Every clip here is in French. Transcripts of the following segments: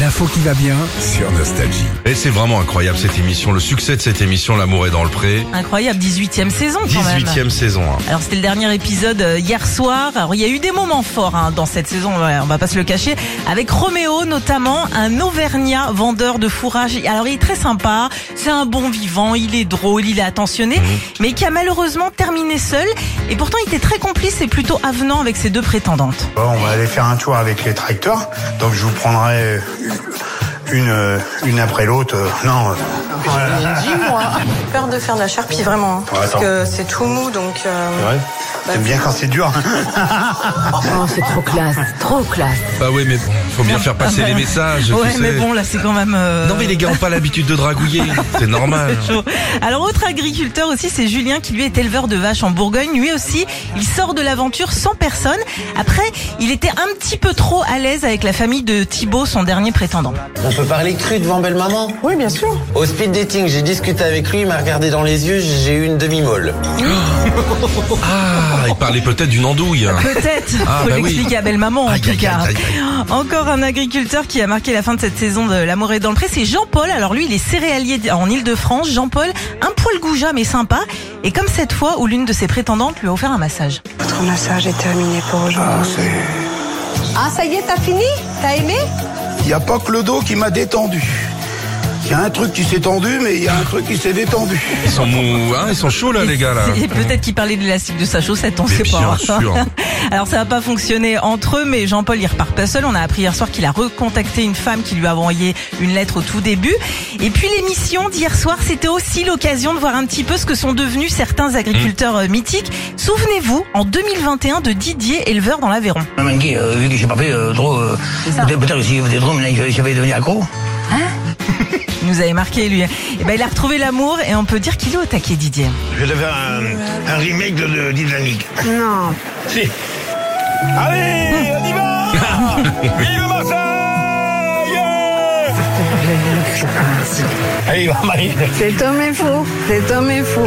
L'info qui va bien. sur Nostalgie. Et c'est vraiment incroyable cette émission, le succès de cette émission L'amour est dans le pré. Oh, Incroyable, 18e saison quand même. 18e saison. hein. Alors c'était le dernier épisode euh, hier soir. Alors il y a eu des moments forts hein, dans cette saison, on va- on va pas se le cacher. Avec Roméo notamment, un Auvergnat vendeur de fourrage. Alors il est très sympa, c'est un bon vivant, il est drôle, il est attentionné, Mhm. mais qui a malheureusement terminé seul. Et pourtant il était très complice et plutôt avenant avec ses deux prétendantes. Bon, on va aller faire un tour avec les tracteurs. Donc je vous prendrai une, euh, une après l'autre. Euh, Non. euh, voilà. Dis-moi. peur de faire de la charpie, vraiment. hein, parce attends. que c'est tout mou, donc. euh, T'aimes bien quand c'est dur. Oh, c'est trop classe, trop classe. Bah oui, mais bon, faut bien faire passer les messages. Ah, Ouais, tu mais sais. bon là c'est quand même. euh, Non mais les gars ont pas l'habitude de dragouiller, c'est normal. chaud. Alors autre agriculteur aussi, c'est Julien qui lui est éleveur de vaches en Bourgogne. Lui aussi, il sort de l'aventure sans personne. Après, il était un petit peu trop à l'aise avec la famille de Thibaut, son dernier prétendant. On peut parler cru devant belle maman Oui, bien sûr. Au speed dating, j'ai discuté avec lui, il m'a regardé dans les yeux, j'ai eu une demi-molle. Ah, il parlait peut-être d'une andouille. hein. Peut-être, Ah, faut bah oui. l'expliquer à belle maman en Aïe, tout aïe, cas. aïe, aïe, Encore un agriculteur qui a marqué la fin de cette saison de L'amour est dans le pré, c'est Jean-Paul. Alors lui, il est céréalier en Ile-de-France. Jean-Paul, un poil goujat mais sympa. Et comme cette fois où l'une de ses prétendantes lui a offert un massage. Votre massage est terminé pour aujourd'hui. Ah, ça y est, t'as fini T'as aimé Il n'y a pas que le dos qui m'a détendu. Il y a un truc qui s'est tendu, mais il y a un truc qui s'est détendu. Ils sont mous, hein, ils sont chauds là les gars là. Et peut-être qu'il parlait de l'élastique de sa chaussette, on Mais sait bien pas. sûr. Alors ça n'a pas fonctionné entre eux, mais Jean-Paul il repart pas seul. On a appris hier soir qu'il a recontacté une femme qui lui a envoyé une lettre au tout début. Et puis l'émission d'hier soir, c'était aussi l'occasion de voir un petit peu ce que sont devenus certains agriculteurs euh, mythiques. Souvenez-vous, en 2021, de Didier, éleveur dans l'Aveyron. Même Guy, euh, vu que j'ai pas fait euh, trop, euh, peut-être peut-être que si j'avais des drôles, mais là, j'avais devenu accro. Il nous avait marqué lui. Et ben il a retrouvé l'amour et on peut dire qu'il est au taquet Didier. Je vais te faire un, un remake de, de d'Italique. Non. Si. Allez, on y va Vive Marseille Yeah Allez, va, Marie. Cet homme est fou, cet homme est fou.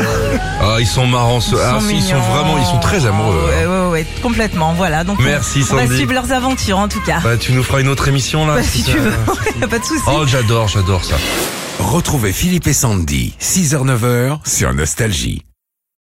Ah, ils sont marrants. ce- ah, si, ils sont mignons. vraiment, ils sont très amoureux. hein. Ouais, ouais, ouais, complètement. Voilà. Donc on- Merci, on va Sandy. suivre leurs aventures en tout cas. Bah, tu nous feras une autre émission là Bah, si ça- tu veux, y a pas de souci. Oh, j'adore, j'adore ça. Retrouvez Philippe et Sandy, 6h-9h sur Nostalgie.